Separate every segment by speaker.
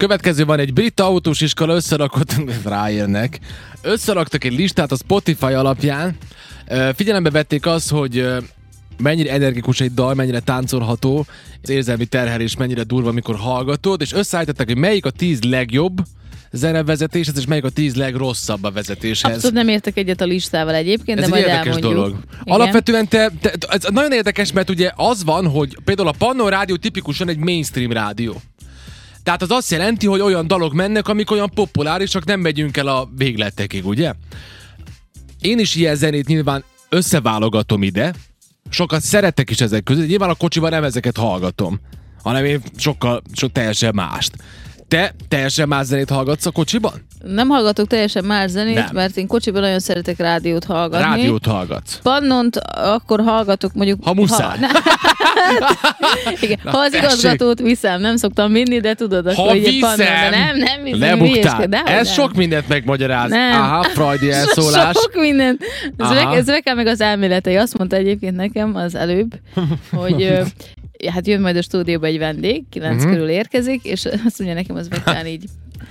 Speaker 1: Következő van egy brit autós iskola, összerakott, ráérnek, összeraktak egy listát a Spotify alapján, Ö, figyelembe vették azt, hogy ö, mennyire energikus egy dal, mennyire táncolható, az érzelmi terhelés mennyire durva, amikor hallgatod, és összeállították, hogy melyik a tíz legjobb zenevezetéshez, és melyik a tíz legrosszabb a vezetéshez.
Speaker 2: Abszolút nem értek egyet a listával egyébként, de
Speaker 1: Ez egy
Speaker 2: majd
Speaker 1: érdekes
Speaker 2: elmondjuk.
Speaker 1: dolog.
Speaker 2: Igen.
Speaker 1: Alapvetően te, te, te- ez nagyon érdekes, mert ugye az van, hogy például a Pannon Rádió tipikusan egy mainstream rádió. Tehát az azt jelenti, hogy olyan dalok mennek, amik olyan populárisak, nem megyünk el a végletekig, ugye? Én is ilyen zenét nyilván összeválogatom ide, sokat szeretek is ezek közül, nyilván a kocsiban nem ezeket hallgatom, hanem én sokkal, sok teljesen mást. Te teljesen más zenét hallgatsz a kocsiban?
Speaker 2: Nem hallgatok teljesen más zenét,
Speaker 1: Nem.
Speaker 2: mert én kocsiban nagyon szeretek rádiót hallgatni.
Speaker 1: Rádiót hallgatsz.
Speaker 2: Pannont akkor hallgatok mondjuk...
Speaker 1: Ha muszáj.
Speaker 2: Ha, igen,
Speaker 1: Na,
Speaker 2: ha az
Speaker 1: tessék.
Speaker 2: igazgatót viszem, nem szoktam vinni, de tudod, akkor
Speaker 1: Ha
Speaker 2: ugye
Speaker 1: viszem,
Speaker 2: Pannonra- Nem, nem viszem.
Speaker 1: Lebuktál.
Speaker 2: De,
Speaker 1: Ez sok mindent megmagyaráz.
Speaker 2: Nem.
Speaker 1: Aha, freudi elszólás.
Speaker 2: Sok minden. Ez,
Speaker 1: Aha.
Speaker 2: Rek, ez Rekel meg az elméletei. Azt mondta egyébként nekem az előbb, hogy ö, hát jön majd a stúdióba egy vendég, kilenc
Speaker 1: Mhm.
Speaker 2: körül érkezik, és azt mondja nekem az Bekán így.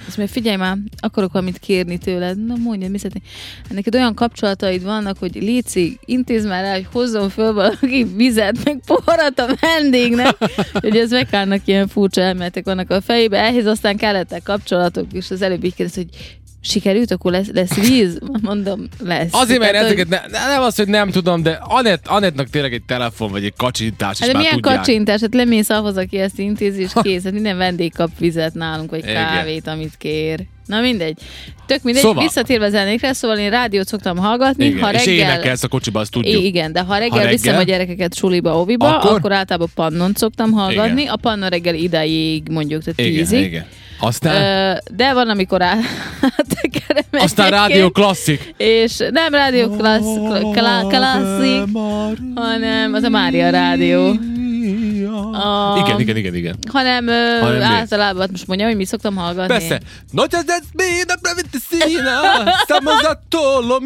Speaker 2: Azt mondja, figyelj már, akarok valamit kérni tőled. Na mondja, mi szeretnél? Neked olyan kapcsolataid vannak, hogy Léci, intézd már el, hogy hozzon föl valaki vizet, meg poharat a vendégnek. Ugye ez Bekánnak ilyen furcsa elméletek vannak a fejébe. Ehhez aztán kellettek kapcsolatok, és az előbb így kérdezte, hogy sikerült, akkor lesz, lesz víz? Mondom, lesz.
Speaker 1: Azért, mert
Speaker 2: Tehát,
Speaker 1: ezeket ne, nem az, hogy nem tudom, de Anett, Anettnak tényleg egy telefon vagy egy kacsintás is
Speaker 2: Hát de
Speaker 1: már
Speaker 2: milyen
Speaker 1: tudják.
Speaker 2: kacsintás, hát lemész ahhoz, aki ezt intézi, és kész. Hát minden vendég kap vizet nálunk, vagy
Speaker 1: Igen.
Speaker 2: kávét, amit kér. Na mindegy. Tök mindegy,
Speaker 1: Szóval-
Speaker 2: szóval. visszatérve zenékre, szóval én rádiót szoktam hallgatni,
Speaker 1: Igen.
Speaker 2: ha
Speaker 1: És
Speaker 2: reggel...
Speaker 1: énekelsz a kocsiban, azt tudjuk.
Speaker 2: I- Igen, de ha reggel,
Speaker 1: reggel-
Speaker 2: viszem a gyerekeket suliba, óviba,
Speaker 1: Akkor?
Speaker 2: akkor, akkor általában pannont szoktam hallgatni.
Speaker 1: Igen.
Speaker 2: A pannon reggel idáig mondjuk, tehát
Speaker 1: igen,
Speaker 2: tízig.
Speaker 1: igen. Aztán,
Speaker 2: Ö, De van, amikor át, áttekerem
Speaker 1: aztán
Speaker 2: egyébként.
Speaker 1: rádió klasszik.
Speaker 2: És nem rádió klassz, kla, klasszik, hanem az a Mária Rádió. A-
Speaker 1: Igen, igen, igen, igen.
Speaker 2: hanem, ö,
Speaker 1: Hanem mi?
Speaker 2: általában, hát most mondjam, hogy mi szoktam hallgatni.
Speaker 1: Persze. Not as that's me, the private scene, samozatolom,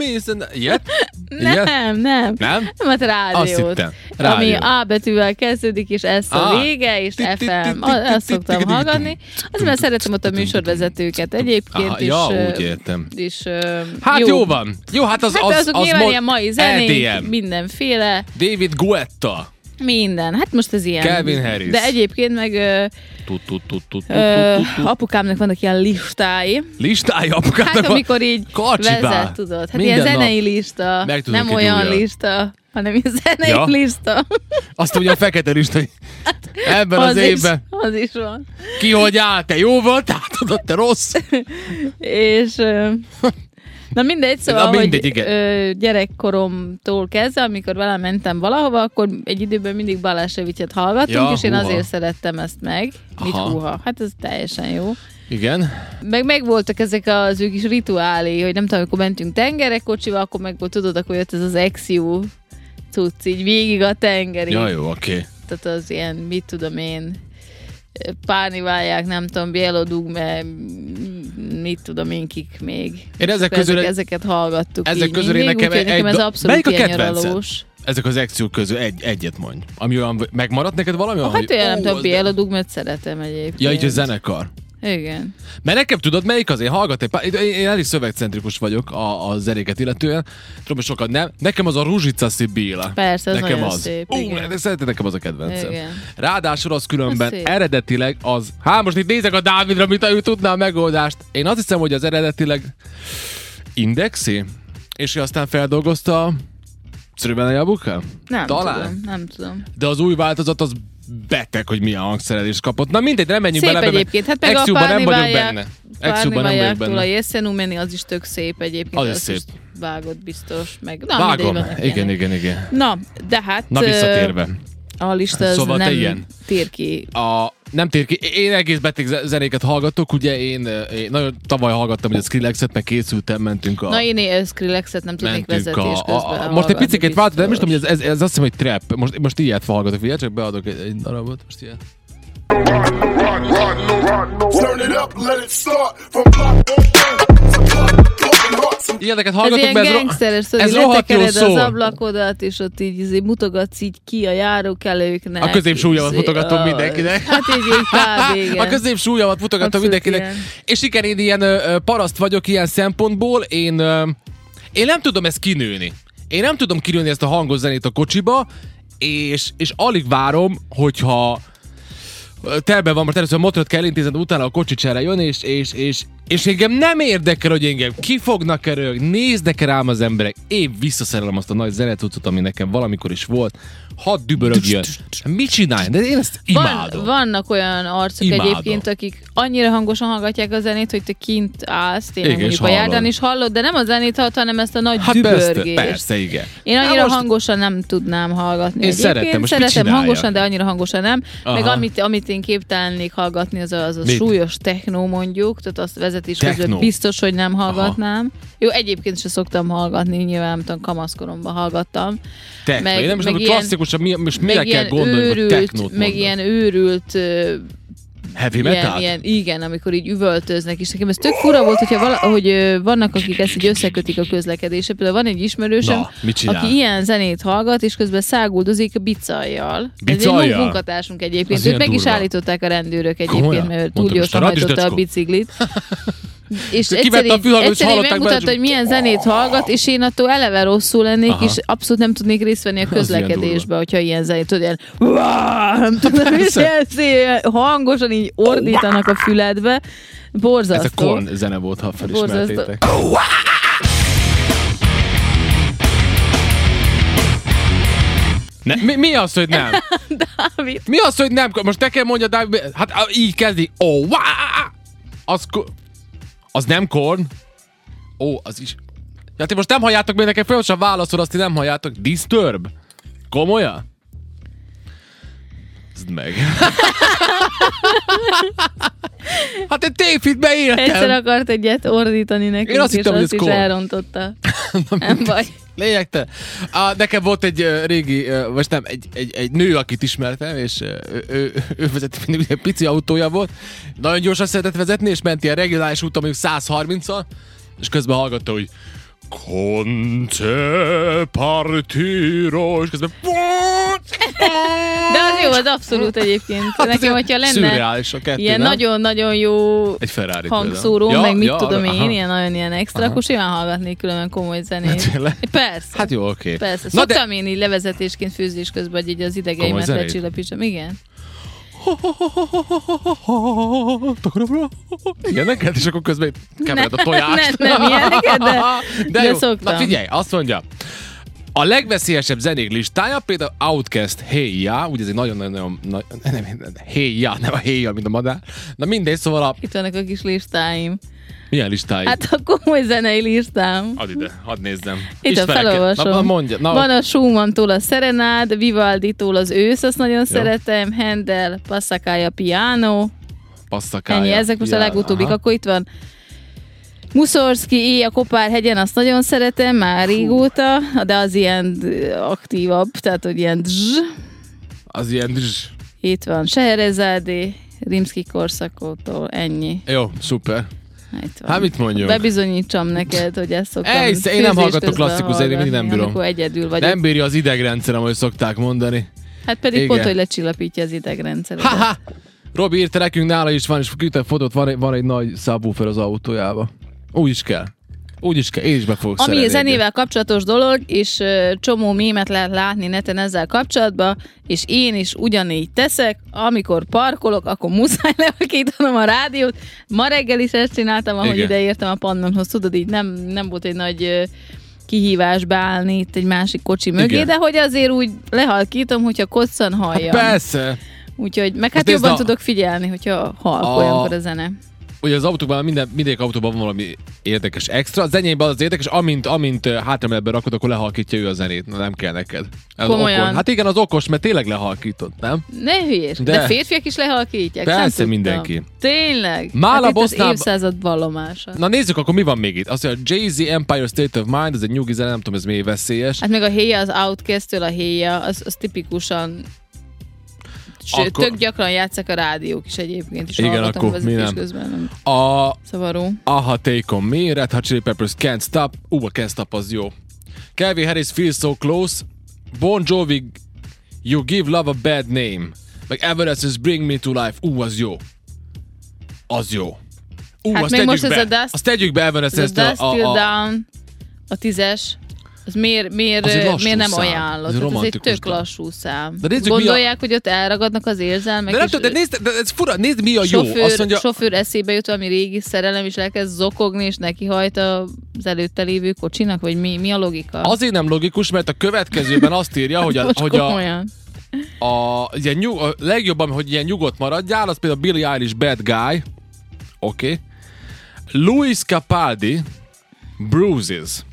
Speaker 1: Ilyet?
Speaker 2: Nem,
Speaker 1: Ilyet?
Speaker 2: nem.
Speaker 1: Nem?
Speaker 2: Nem, hát rádiót.
Speaker 1: Azt hittem.
Speaker 2: Ami
Speaker 1: Rádió.
Speaker 2: A betűvel kezdődik, és ez a
Speaker 1: Ah.
Speaker 2: vége, és
Speaker 1: Ti- ti- ti- ti-
Speaker 2: FM.
Speaker 1: ti- ti-
Speaker 2: A- Azt
Speaker 1: ti- ti-
Speaker 2: szoktam
Speaker 1: ti-
Speaker 2: hallgatni. Az, mert
Speaker 1: tum-
Speaker 2: szeretem ott
Speaker 1: tum-
Speaker 2: a
Speaker 1: tum-
Speaker 2: műsorvezetőket egyébként
Speaker 1: Aha,
Speaker 2: is.
Speaker 1: ja,
Speaker 2: ö,
Speaker 1: úgy értem.
Speaker 2: És, ö,
Speaker 1: Hát jó. jó van. Jó, hát az
Speaker 2: Hát
Speaker 1: az,
Speaker 2: azok
Speaker 1: az
Speaker 2: nyilván
Speaker 1: mo- E
Speaker 2: ilyen mai zenék,
Speaker 1: EDM.
Speaker 2: mindenféle.
Speaker 1: David Guetta.
Speaker 2: Minden. Hát most ez ilyen.
Speaker 1: Calvin Harris.
Speaker 2: De egyébként meg ö,
Speaker 1: Tu, tu, tu, tu, tu,
Speaker 2: ö,
Speaker 1: tu, tu, tu.
Speaker 2: apukámnak vannak ilyen listái.
Speaker 1: Listája apukának
Speaker 2: Hát
Speaker 1: van.
Speaker 2: amikor így
Speaker 1: Kacsibá.
Speaker 2: vezet, tudod. Hát
Speaker 1: Minden
Speaker 2: ilyen
Speaker 1: nap.
Speaker 2: zenei lista,
Speaker 1: Meg tudunk
Speaker 2: nem
Speaker 1: egy
Speaker 2: olyan
Speaker 1: újat.
Speaker 2: lista, hanem ilyen zenei
Speaker 1: Ja?
Speaker 2: lista.
Speaker 1: Azt mondja a fekete lista, hogy ebben az,
Speaker 2: az, is,
Speaker 1: évben
Speaker 2: az is van.
Speaker 1: ki hogy áll, te jó volt, átadott, te rossz.
Speaker 2: És... ö, Na mindegy, szóval,
Speaker 1: Na mindegy,
Speaker 2: hogy
Speaker 1: igen.
Speaker 2: ö, gyerekkoromtól kezdve, amikor vele mentem valahova, akkor egy időben mindig Balázsevicet hallgattunk,
Speaker 1: Ja,
Speaker 2: és én
Speaker 1: húha.
Speaker 2: azért szerettem ezt meg. Mit
Speaker 1: Aha.
Speaker 2: húha? Hát ez teljesen jó.
Speaker 1: Igen.
Speaker 2: Meg megvoltak ezek az ő kis rituálé, hogy nem tudom, amikor mentünk tengerekocsival, akkor meg volt, tudod, akkor jött ez az exió cucc, így végig a tengeri.
Speaker 1: Ja, jó, oké. Okay.
Speaker 2: Tehát az ilyen, mit tudom én, pániválják, nem tudom, bielodug, mert mit tudom én, kik még.
Speaker 1: Én ezek
Speaker 2: Ezek
Speaker 1: közül,
Speaker 2: közül,
Speaker 1: ezek,
Speaker 2: ezeket hallgattuk
Speaker 1: ezek
Speaker 2: így
Speaker 1: közül én
Speaker 2: mindig,
Speaker 1: nekem
Speaker 2: úgyhogy
Speaker 1: egy
Speaker 2: nekem ez
Speaker 1: do-
Speaker 2: abszolút
Speaker 1: Melyik a
Speaker 2: ilyen
Speaker 1: kedvenced?
Speaker 2: nyaralós.
Speaker 1: ezek az exciók közül egy, egyet mondj. Ami olyan, megmaradt neked valami? olyan,
Speaker 2: Hát
Speaker 1: hogy-
Speaker 2: olyan, nem
Speaker 1: Ó,
Speaker 2: tudom,
Speaker 1: az de-
Speaker 2: bielodug, mert szeretem egyébként.
Speaker 1: Ja, így a zenekar.
Speaker 2: Igen.
Speaker 1: Mert nekem tudod, melyik az? Én hallgat egy pár, én, én elég szövegcentrikus vagyok a, a zenéket illetően. Tudom, hogy sokat nem. Nekem az a Ruzsica Szibéla.
Speaker 2: Persze, az
Speaker 1: nekem
Speaker 2: nagyon
Speaker 1: az.
Speaker 2: szép,
Speaker 1: Ú,
Speaker 2: igen.
Speaker 1: de szeretem, nekem az a kedvencem.
Speaker 2: Igen.
Speaker 1: Ráadásul az különben
Speaker 2: Az szép.
Speaker 1: eredetileg az... Há, most itt nézek a Dávidra, mit ő tudná a megoldást. Én azt hiszem, hogy az eredetileg indexi, és ő aztán feldolgozta Szörben a jabuka?
Speaker 2: Nem
Speaker 1: Talán.
Speaker 2: tudom, nem tudom.
Speaker 1: De az új változat az beteg, hogy milyen hangszerelést kapott. Na mindegy, nem menjünk
Speaker 2: Szép
Speaker 1: bele. mert
Speaker 2: egyébként, hát meg a
Speaker 1: Exjúban nem vagyok
Speaker 2: Párniválják-
Speaker 1: benne. Exjúban nem vagyok
Speaker 2: Párnivajáktól a
Speaker 1: benne.
Speaker 2: Jeszenumeni, az is tök szép egyébként.
Speaker 1: Az is
Speaker 2: azt
Speaker 1: szép.
Speaker 2: vágott biztos, meg... Na,
Speaker 1: Vágom.
Speaker 2: Ah, mindegy, vannak
Speaker 1: Igen,
Speaker 2: ilyenek.
Speaker 1: igen, igen.
Speaker 2: Na, de hát...
Speaker 1: Na
Speaker 2: ö,
Speaker 1: visszatérve.
Speaker 2: A lista az
Speaker 1: Szóval te
Speaker 2: nem
Speaker 1: ilyen.
Speaker 2: tér ki.
Speaker 1: a nem tér ki. Én egész beteg ze- zenéket hallgatok, ugye én, én nagyon tavaly hallgattam ugye a Skrillexet, meg készültem, mentünk a...
Speaker 2: Na én ilyen Skrillexet nem tudnék
Speaker 1: mentünk
Speaker 2: vezetés
Speaker 1: a,
Speaker 2: közben
Speaker 1: a, a,
Speaker 2: hallgatni,
Speaker 1: Most egy picit
Speaker 2: biztos.
Speaker 1: változtam, nem is tudom, hogy ez, ez, ez azt hiszem, hogy trap. Most, most ilyet hallgatok, figyelj, csak beadok egy, egy darabot, most ilyet.
Speaker 3: Turn it up, let it start from block to block, to block, broken hearts
Speaker 1: Ilyeneket
Speaker 2: Ez
Speaker 1: hallgatunk,
Speaker 2: ilyen
Speaker 1: mert ez, ro-
Speaker 2: gangsteres, tudod,
Speaker 1: ez
Speaker 2: így
Speaker 1: rohadt jól
Speaker 2: letekered az
Speaker 1: szól.
Speaker 2: ablakodat, és ott így izé, mutogatsz így ki a járókelőknek.
Speaker 1: A középsúlyamat
Speaker 2: Izé,
Speaker 1: mutogatom
Speaker 2: aj.
Speaker 1: mindenkinek.
Speaker 2: Hát így, így kb. igen.
Speaker 1: A középsúlyamat mutogatom
Speaker 2: Abszolút
Speaker 1: mindenkinek.
Speaker 2: ilyen.
Speaker 1: És igen, én ilyen ö, ö, paraszt vagyok ilyen szempontból. Én, ö, én nem tudom ezt kinőni. Én nem tudom kinőni ezt a hangos zenét a kocsiba, és, és alig várom, hogyha ö, telben van, mert először a motorot kell intézni, utána a kocsi csere jön, és, és, és, és engem nem érdekel, hogy engem kifognak erők, néznek -e rám az emberek. Én visszaszerelem azt a nagy zenetucot, ami nekem valamikor is volt. Hadd dübörögjön. Mit csinálj? De én ezt imádom.
Speaker 2: Van, vannak olyan arcok
Speaker 1: Imádom.
Speaker 2: egyébként, akik annyira hangosan hallgatják a zenét, hogy te kint állsz, tényleg
Speaker 1: Igen, és
Speaker 2: mondjuk a járdán
Speaker 1: hallod.
Speaker 2: is hallod, de nem a zenét hallod, hanem ezt a nagy
Speaker 1: Hát persze,
Speaker 2: dübörgést.
Speaker 1: persze, igen.
Speaker 2: Én
Speaker 1: Na
Speaker 2: annyira
Speaker 1: most-
Speaker 2: most... hangosan nem tudnám hallgatni.
Speaker 1: Én
Speaker 2: egyébként.
Speaker 1: szeretem, most mit
Speaker 2: szeretem
Speaker 1: csináljak?
Speaker 2: hangosan, de annyira hangosan nem. Aha. Meg
Speaker 1: Aha.
Speaker 2: amit, amit én képtelen lennék hallgatni, az a, az a
Speaker 1: Mit?
Speaker 2: súlyos technó mondjuk, tehát azt vezetés
Speaker 1: Technó.
Speaker 2: közben biztos, hogy nem hallgatnám. Aha. Jó, egyébként se szoktam hallgatni, nyilván nem tudom, kamaszkoromban hallgattam.
Speaker 1: Techno. Meg,
Speaker 2: Meg-
Speaker 1: én nem is tudom,
Speaker 2: meg
Speaker 1: hogy
Speaker 2: ilyen-
Speaker 1: klasszikusan mi, most mire kell gondolni, hogy technót
Speaker 2: őrült, meg
Speaker 1: mondasz.
Speaker 2: ilyen őrült ö,
Speaker 1: Heavy
Speaker 2: Ilyen,
Speaker 1: metal?
Speaker 2: ilyen, igen, amikor így üvöltöznek, és nekem ez tök fura volt, hogyha vala, hogy ö, vannak, akik ezt így összekötik a közlekedésre. Például van egy ismerősöm,
Speaker 1: Na, mit csinál?
Speaker 2: aki ilyen zenét hallgat, és közben száguldozik bicajjal. Ez egy
Speaker 1: Bicajjal?
Speaker 2: jó munkatársunk egyébként.
Speaker 1: Az
Speaker 2: Őt
Speaker 1: ilyen
Speaker 2: meg is
Speaker 1: durva.
Speaker 2: állították a rendőrök egyébként,
Speaker 1: Komolyan?
Speaker 2: mert túl
Speaker 1: Mondtam,
Speaker 2: gyorsan
Speaker 1: most a
Speaker 2: hajtotta a
Speaker 1: radis
Speaker 2: biciklit. És
Speaker 1: Ő kivette
Speaker 2: egyszer
Speaker 1: a
Speaker 2: így,
Speaker 1: fülhallgatót, és
Speaker 2: egyszer így
Speaker 1: hallották benne,
Speaker 2: megmutatta,
Speaker 1: csak-
Speaker 2: hogy milyen zenét hallgat, és én attól eleve rosszul lennék,
Speaker 1: Aha.
Speaker 2: és abszolút nem tudnék részt venni a
Speaker 1: ilyen durva.
Speaker 2: közlekedésbe, hogyha ilyen zenét, tudod, ilyen nem tudom, és
Speaker 1: Persze.
Speaker 2: ilyen szépen hangosan így ordítanak a füledbe.
Speaker 1: Ez a
Speaker 2: Borzasztó.
Speaker 1: Korn zene volt, ha felismertétek. Ne, mi, mi az, hogy nem?
Speaker 2: Dávid.
Speaker 1: Mi az, hogy nem? Most nekem mondja, Dávid, hát á, így kezdi. Ó, oh, az, ko- az nem korn? Ó, az is. Ja, ti most nem halljátok, mert nekem folyamatosan válaszol, azt ti nem halljátok. Disturb? Komolyan? Zd meg. hát egy tévfit
Speaker 2: Egyszer
Speaker 1: beírtam.
Speaker 2: akart egyet ordítani nekünk,
Speaker 1: Én azt
Speaker 2: és
Speaker 1: hittem, hogy
Speaker 2: azt
Speaker 1: ez
Speaker 2: is
Speaker 1: Korn.
Speaker 2: elrontotta. Nem baj.
Speaker 1: Lényegtelen. Á, nekem volt egy ö, régi, ö, vagy nem, egy, egy, egy nő, akit ismertem, és ö, ő, ő, ő vezette mindig, ugye pici autója volt, nagyon gyorsan szeretett vezetni, és ment ilyen regionális úton, mondjuk 130-al, és közben hallgatta, hogy Conte partiro, és közben...
Speaker 2: De az jó, az abszolút egyébként. Nekem, hogyha lenne
Speaker 1: Hát Szürreális a kettő,
Speaker 2: ilyen
Speaker 1: nem?
Speaker 2: nagyon-nagyon jó
Speaker 1: Egy Ferrari
Speaker 2: hangszóró,
Speaker 1: például.
Speaker 2: meg mit
Speaker 1: arra-
Speaker 2: tudom én,
Speaker 1: aha.
Speaker 2: ilyen nagyon ilyen extra, akkor simán hallgatnék különben komoly zenét.
Speaker 1: Tényleg?
Speaker 2: Persze.
Speaker 1: Hát jó, oké.
Speaker 2: Persze.
Speaker 1: Na de-
Speaker 2: Szoktam én így levezetésként főzés közben, hogy így az idegeimet
Speaker 1: zenét?
Speaker 2: lecsillapítsam. Igen.
Speaker 1: Igen, neked, és akkor közben kevered a
Speaker 2: Nem,
Speaker 1: tojást.
Speaker 2: nem, nem ilyeneket, de-
Speaker 1: de
Speaker 2: de
Speaker 1: jó.
Speaker 2: szoktam.
Speaker 1: Na figyelj, azt mondja, a legveszélyesebb zenék listája például Outcast Hey Ya, ugye ez egy nagyon-nagyon, nagy- nem, nem, Hey Ya, nem a Hey Ya, mint a madár. Na mindegy, szóval a,
Speaker 2: Itt vannak a kis listáim.
Speaker 1: milyen listáig?
Speaker 2: Hát a komoly zenei listám.
Speaker 1: Add ide, hadd nézzem.
Speaker 2: Itt a
Speaker 1: Ismerek-e?
Speaker 2: felolvasom.
Speaker 1: Na, mondja. Na,
Speaker 2: Van a Schumantól a Serenád, Vivalditól az ősz, azt nagyon szeretem, Handel, Passacaglia Piano,
Speaker 1: passzakája.
Speaker 2: ennyi, ezek most a
Speaker 1: Ja,
Speaker 2: legutóbbik,
Speaker 1: aha.
Speaker 2: akkor itt van Muszorszki, éj a kopár hegyen, azt nagyon szeretem, már régóta, de az ilyen d- aktívabb, tehát hogy ilyen dzs.
Speaker 1: Az ilyen... dzs.
Speaker 2: Itt van Seherezádé, Rimski korszakótól, ennyi.
Speaker 1: Jó, szuper.
Speaker 2: Itt van.
Speaker 1: Hát mit mondjunk?
Speaker 2: Bebizonyítsam neked, hogy ezt szoktam.
Speaker 1: Ej, sz- én nem
Speaker 2: főzés
Speaker 1: hallgatok
Speaker 2: közben
Speaker 1: klasszikus zenét, mindig nem
Speaker 2: hallgatni,
Speaker 1: bírom.
Speaker 2: Amikor egyedül vagyok.
Speaker 1: Nem bírja az idegrendszerem, ahogy szokták mondani.
Speaker 2: Hát pedig
Speaker 1: Igen.
Speaker 2: Igen. pont, hogy lecsillapítja az idegrendszeret.
Speaker 1: Haha! Robi írta nekünk, nála is van, és küldte fotót, van, egy- van egy nagy subwoofer az autójába. Úgy is kell. Úgy is kell, én is be fogok
Speaker 2: Ami
Speaker 1: szerelni
Speaker 2: zenével kapcsolatos dolog, és ö, csomó mémet lehet látni neten ezzel kapcsolatban, és én is ugyanígy teszek, amikor parkolok, akkor muszáj leakítanom a rádiót. Ma reggel is ezt csináltam, ahogy
Speaker 1: Igen.
Speaker 2: ideértem a pannonhoz, tudod, így nem, nem volt egy nagy ö, kihívás beállni itt egy másik kocsi mögé,
Speaker 1: Igen.
Speaker 2: de hogy azért úgy lehalkítom, hogyha koccan halljam.
Speaker 1: egyet. Hát Persze!
Speaker 2: Úgyhogy, meg hát
Speaker 1: nézd,
Speaker 2: jobban
Speaker 1: a-
Speaker 2: tudok figyelni, hogyha halk
Speaker 1: A-
Speaker 2: olyankor a zene.
Speaker 1: Ugye az autóban minden, mindegyik autóban van valami érdekes extra. A zenyében az érdekes, amint, amint ö, hátramelebben rakod, akkor lehalkítja ő a zenét. Na, nem kell neked. Ez
Speaker 2: Komolyan?
Speaker 1: okos. Hát igen, az okos, mert tényleg lehalkított, nem?
Speaker 2: Ne hülyés, de,
Speaker 1: De.
Speaker 2: de férfiak is lehalkítják.
Speaker 1: Persze,
Speaker 2: sem tudtam.
Speaker 1: mindenki.
Speaker 2: Tényleg?
Speaker 1: Mála
Speaker 2: hát itt az
Speaker 1: Bosznába-
Speaker 2: évszázad vallomása.
Speaker 1: Na nézzük akkor mi van még itt. Azt mondja, Jay-Z Empire State of Mind, ez egy nyugi zene, nem tudom ez miért veszélyes.
Speaker 2: Hát meg a héja, az outcast a héja, az, az tipikusan Sőt,
Speaker 1: Akkor-
Speaker 2: akkor... tök gyakran játszák a rádiók is egyébként, és
Speaker 1: Igen,
Speaker 2: hallgatom
Speaker 1: akkor mi
Speaker 2: vezetés
Speaker 1: nem?
Speaker 2: közben. Nem.
Speaker 1: A
Speaker 2: Szavaró.
Speaker 1: Aha, Take On Me, Red Hot Chili Peppers, Can't Stop. Ú, a Can't Stop az jó. Calvin Harris, Feel So Close. Bon Jovi, You Give Love a Bad Name. Meg Everest's Bring Me To Life. Ú, az jó. Az jó. Ú,
Speaker 2: Hát
Speaker 1: azt
Speaker 2: még
Speaker 1: tegyük
Speaker 2: most
Speaker 1: be.
Speaker 2: ez a Dust-
Speaker 1: Azt tegyük be
Speaker 2: Ez a
Speaker 1: Everest's
Speaker 2: Dust Till
Speaker 1: a, a,
Speaker 2: Down, a tízes, az miért, miért,
Speaker 1: Az egy lassú
Speaker 2: miért nem
Speaker 1: szám. Ez
Speaker 2: ajánlott?
Speaker 1: egy
Speaker 2: Hát Ez, ez egy
Speaker 1: romantikus
Speaker 2: tök
Speaker 1: dal.
Speaker 2: lassú szám.
Speaker 1: De nézzük, mi a-
Speaker 2: Gondolják, hogy ott elragadnak az érzelmek,
Speaker 1: de nem
Speaker 2: és
Speaker 1: tudom, de nézd, de ez fura, nézd mi a jó.
Speaker 2: sofőr,
Speaker 1: Azt mondja,
Speaker 2: sofőr eszébe jut valami régi szerelem, és elkezd zokogni, és neki hajt az előtte lévő kocsinak, vagy mi, mi a logika?
Speaker 1: azért nem logikus, mert a következőben azt írja, hogy a,
Speaker 2: Most
Speaker 1: hogy a,
Speaker 2: komolyan.
Speaker 1: A, ilyen nyug, a legjobb, ami- hogy ilyen nyugodt maradjál, az például Billy Eilish Bad Guy. Oké. Okay. Luis Capaldi Bruises.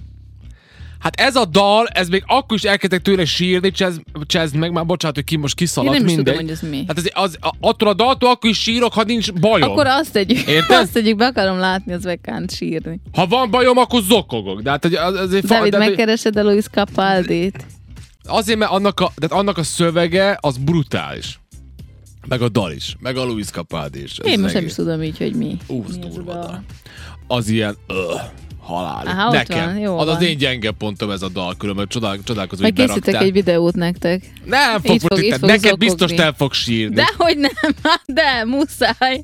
Speaker 1: Hát ez a dal, ez még akkor is elkezdtek tőle sírni, csezd, csezd meg, már bocsánat, hogy ki most kiszaladt,
Speaker 2: Én nem is
Speaker 1: mindegy.
Speaker 2: tudom, hogy ez mi.
Speaker 1: Hát ez, az, a- attól a daltól akkor is sírok, ha nincs bajom.
Speaker 2: Akkor azt tegyük,
Speaker 1: Érted?
Speaker 2: azt tegyük, be akarom látni az vekánt sírni.
Speaker 1: Ha van bajom, akkor zokogok. De hát hogy az, azért, fa-
Speaker 2: David,
Speaker 1: de- de-
Speaker 2: megkeresed a Louis Capaldét.
Speaker 1: azért, mert annak a, tehát annak a szövege az brutális. Meg a dal is, meg a Luis Capaldi is. Ez
Speaker 2: Én most nem
Speaker 1: egész.
Speaker 2: is tudom így, hogy mi.
Speaker 1: Úsz
Speaker 2: mi az a
Speaker 1: durva
Speaker 2: dal.
Speaker 1: dal. Az ilyen öh, halál.
Speaker 2: Aha, ott
Speaker 1: Nekem.
Speaker 2: van, jó
Speaker 1: az az
Speaker 2: van.
Speaker 1: én gyenge pontom ez a dal, különben csodál, csodálkozom,
Speaker 2: Majd
Speaker 1: hogy
Speaker 2: készítek
Speaker 1: beraktál.
Speaker 2: egy videót nektek.
Speaker 1: Nem
Speaker 2: itt
Speaker 1: fog,
Speaker 2: fog-
Speaker 1: fog
Speaker 2: itt
Speaker 1: itt
Speaker 2: fog
Speaker 1: neked
Speaker 2: zokogni.
Speaker 1: biztos nem fog sírni. De,
Speaker 2: Dehogy nem, hát de, muszáj.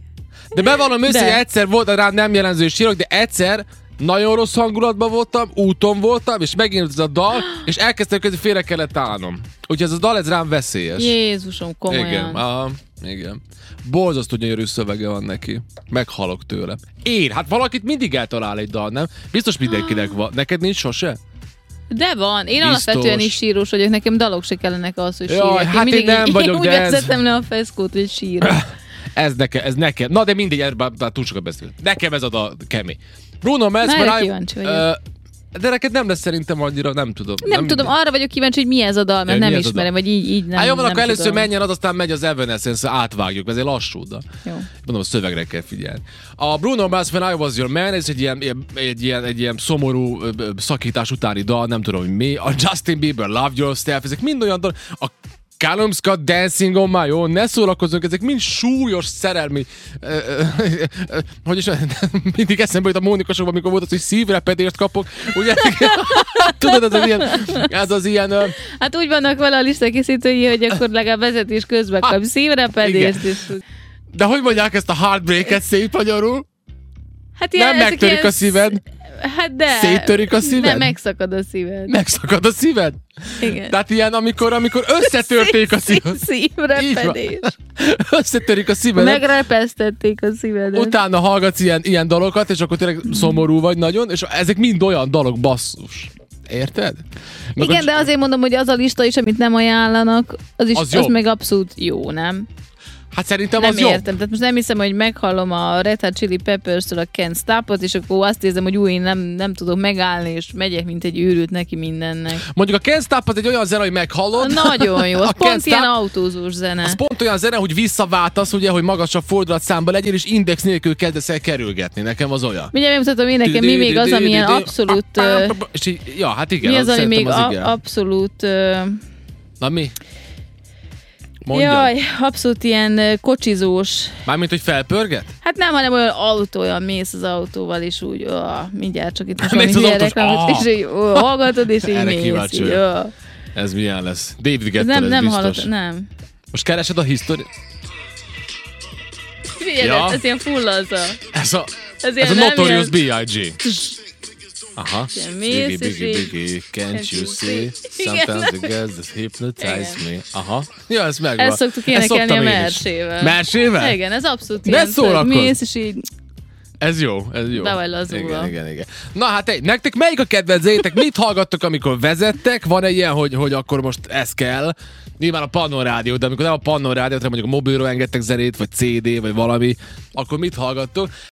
Speaker 1: de bevallom őszintén,
Speaker 2: De.
Speaker 1: hogy egyszer volt rám nem jelenző sírok, de egyszer nagyon rossz hangulatban voltam, úton voltam, és megint ez a dal, és elkezdtem közül félre kellett állnom. Úgyhogy ez a dal, ez rám veszélyes.
Speaker 2: Jézusom, komolyan.
Speaker 1: Igen, aha, igen. Borzasztó gyönyörű szövege van neki. Meghalok tőle. Én, hát valakit mindig eltalál egy dal, nem? Biztos mindenkinek van. Neked nincs sose?
Speaker 2: De van, én
Speaker 1: Biztos.
Speaker 2: alapvetően is sírós vagyok, nekem dalok se kellenek az, hogy
Speaker 1: Jaj,
Speaker 2: sírjak.
Speaker 1: hát én
Speaker 2: mindig
Speaker 1: nem
Speaker 2: így-
Speaker 1: vagyok,
Speaker 2: úgy
Speaker 1: de ez-
Speaker 2: vezettem le a feszkót, hogy sírok.
Speaker 1: Ez nekem, ez nekem. Na de mindegy, erről már- már túl sokat beszélünk. Nekem ez a dal kemény. Bruno Mars,
Speaker 2: Na, erre
Speaker 1: Mariah-
Speaker 2: kíváncsi vagyok.
Speaker 1: Ö, de neked nem lesz szerintem annyira, nem tudom.
Speaker 2: Nem, tudom,
Speaker 1: mindegy.
Speaker 2: arra vagyok kíváncsi, hogy mi ez a dal, mert
Speaker 1: Jaj, mi
Speaker 2: nem
Speaker 1: ez a dal?
Speaker 2: ismerem, vagy így, így nem
Speaker 1: Hát jó, van,
Speaker 2: nem
Speaker 1: akkor először
Speaker 2: tudom.
Speaker 1: menjen az, aztán megy az Evanescence, szóval átvágjuk, mert ez egy lassú, de.
Speaker 2: Jó.
Speaker 1: Mondom, a szövegre kell figyelni. A Bruno Mars When I Was Your Man, ez egy ilyen, ilyen- egy ilyen, egy ilyen szomorú ö, ö, szakítás utáni dal, nem tudom, hogy mi. A Justin Bieber, Love Yourself, ezek mind olyan dal. A Callum Scott Dancing on my own, ne szórakozzunk, ezek mind súlyos szerelmi, ö, ö, ö, hogy is mindig eszembe jut a Mónika Showban, amikor volt az, hogy szívrepedést kapok, ugye? Tudod, ez az ilyen, ez az ilyen ö,
Speaker 2: Hát úgy vannak vele a listakészítői, hogy akkor legalább vezetés közben kap szívrebedést, és
Speaker 1: de hogy mondják ezt a heartbreak-et szép magyarul?
Speaker 2: hát
Speaker 1: Nem
Speaker 2: ezek
Speaker 1: megtörik
Speaker 2: ilyen
Speaker 1: a
Speaker 2: sz-
Speaker 1: szíved?
Speaker 2: Hát de.
Speaker 1: Széttörik a szíved?
Speaker 2: Nem, megszakad a szíved.
Speaker 1: Megszakad a szíved?
Speaker 2: Igen.
Speaker 1: Tehát ilyen, amikor, amikor összetörték a szíved. Így
Speaker 2: Szívrepedés.
Speaker 1: Összetörik a szíved.
Speaker 2: Megrepesztették a szívedet.
Speaker 1: Utána hallgatsz ilyen, ilyen dalokat, és akkor tényleg szomorú vagy nagyon, és ezek mind olyan dalok, basszus. Érted? Meg
Speaker 2: Igen,
Speaker 1: a-
Speaker 2: de azért mondom, hogy az a lista is, amit nem ajánlanak, az is
Speaker 1: Az
Speaker 2: az,
Speaker 1: jobb.
Speaker 2: meg abszolút jó, nem?
Speaker 1: Hát szerintem
Speaker 2: nem
Speaker 1: az jó.
Speaker 2: értem. Tehát most nem hiszem, hogy meghallom a Red Hot Chili Peppers-től a Can't Stopot, és akkor azt érzem, hogy új, én nem, nem tudok megállni, és megyek, mint egy őrült neki mindennek.
Speaker 1: Mondjuk a Can't Stop az egy olyan zene, hogy meghallod.
Speaker 2: Nagyon jó,
Speaker 1: A
Speaker 2: az
Speaker 1: Can't
Speaker 2: pont
Speaker 1: Stop-
Speaker 2: ilyen autózós zene.
Speaker 1: Az pont olyan zene, hogy visszaváltasz, ugye, hogy magasabb fordulatszámba legyél, és index nélkül kezdesz el kerülgetni. Nekem az olyan.
Speaker 2: Mindjárt megmutatom én nekem, mi még az, ami ilyen abszolút... ö,
Speaker 1: És így- Ja, hát igen.
Speaker 2: Mi az, ami
Speaker 1: szerintem
Speaker 2: még
Speaker 1: az
Speaker 2: a-
Speaker 1: igen.
Speaker 2: abszolút... ö,
Speaker 1: Na mi? Mondjad.
Speaker 2: Jaj, abszolút ilyen ö, kocsizós
Speaker 1: Mármint, hogy felpörget?
Speaker 2: Hát nem, hanem olyan autó, olyan mész az autóval, és úgy, ó, mindjárt csak itt most
Speaker 1: Mész
Speaker 2: valami
Speaker 1: az
Speaker 2: hülye
Speaker 1: autós,
Speaker 2: reklámot,
Speaker 1: ah!
Speaker 2: és így ó, hallgatod, és így
Speaker 1: Erre
Speaker 2: mész.
Speaker 1: kíváncsi
Speaker 2: Így,
Speaker 1: vagyok.
Speaker 2: ó.
Speaker 1: Ez milyen lesz? David
Speaker 2: Ez
Speaker 1: Gettel,
Speaker 2: nem,
Speaker 1: ez
Speaker 2: nem
Speaker 1: biztos.
Speaker 2: hallott, nem.
Speaker 1: Most keresed a history...
Speaker 2: Figyelj,
Speaker 1: Ja.
Speaker 2: ez ilyen full az a...
Speaker 1: Ez a, ez
Speaker 2: Ez, ilyen
Speaker 1: a
Speaker 2: nem
Speaker 1: Notorious
Speaker 2: ilyen-
Speaker 1: B.I.G. Aha.
Speaker 2: Ilyen mész,
Speaker 1: Biggie,
Speaker 2: és
Speaker 1: biggie,
Speaker 2: így-
Speaker 1: biggie, can't you see?
Speaker 2: Igen.
Speaker 1: Sometimes the girls that hypnotize me. Aha. Ja, ez megvan.
Speaker 2: Ezt szoktuk
Speaker 1: Ezt
Speaker 2: énekelni
Speaker 1: szoktam
Speaker 2: a
Speaker 1: én is.
Speaker 2: mersével.
Speaker 1: Mersével?
Speaker 2: Igen, ez abszolút
Speaker 1: Ne
Speaker 2: ilyen. tudod,
Speaker 1: szórakozz!
Speaker 2: Mész, és így...
Speaker 1: Ez jó, ez jó.
Speaker 2: Be vagy lazulva.
Speaker 1: igen, igen, igen. Na hát, egy, nektek melyik a kedvencétek? Mit hallgattok, amikor vezettek? Van egy ilyen, hogy, hogy akkor most ez kell? Nyilván a Pannon Rádió, de amikor nem a Pannon Rádió, hanem mondjuk a mobilról engedtek zenét, vagy CD, vagy valami, akkor mit hallgattok?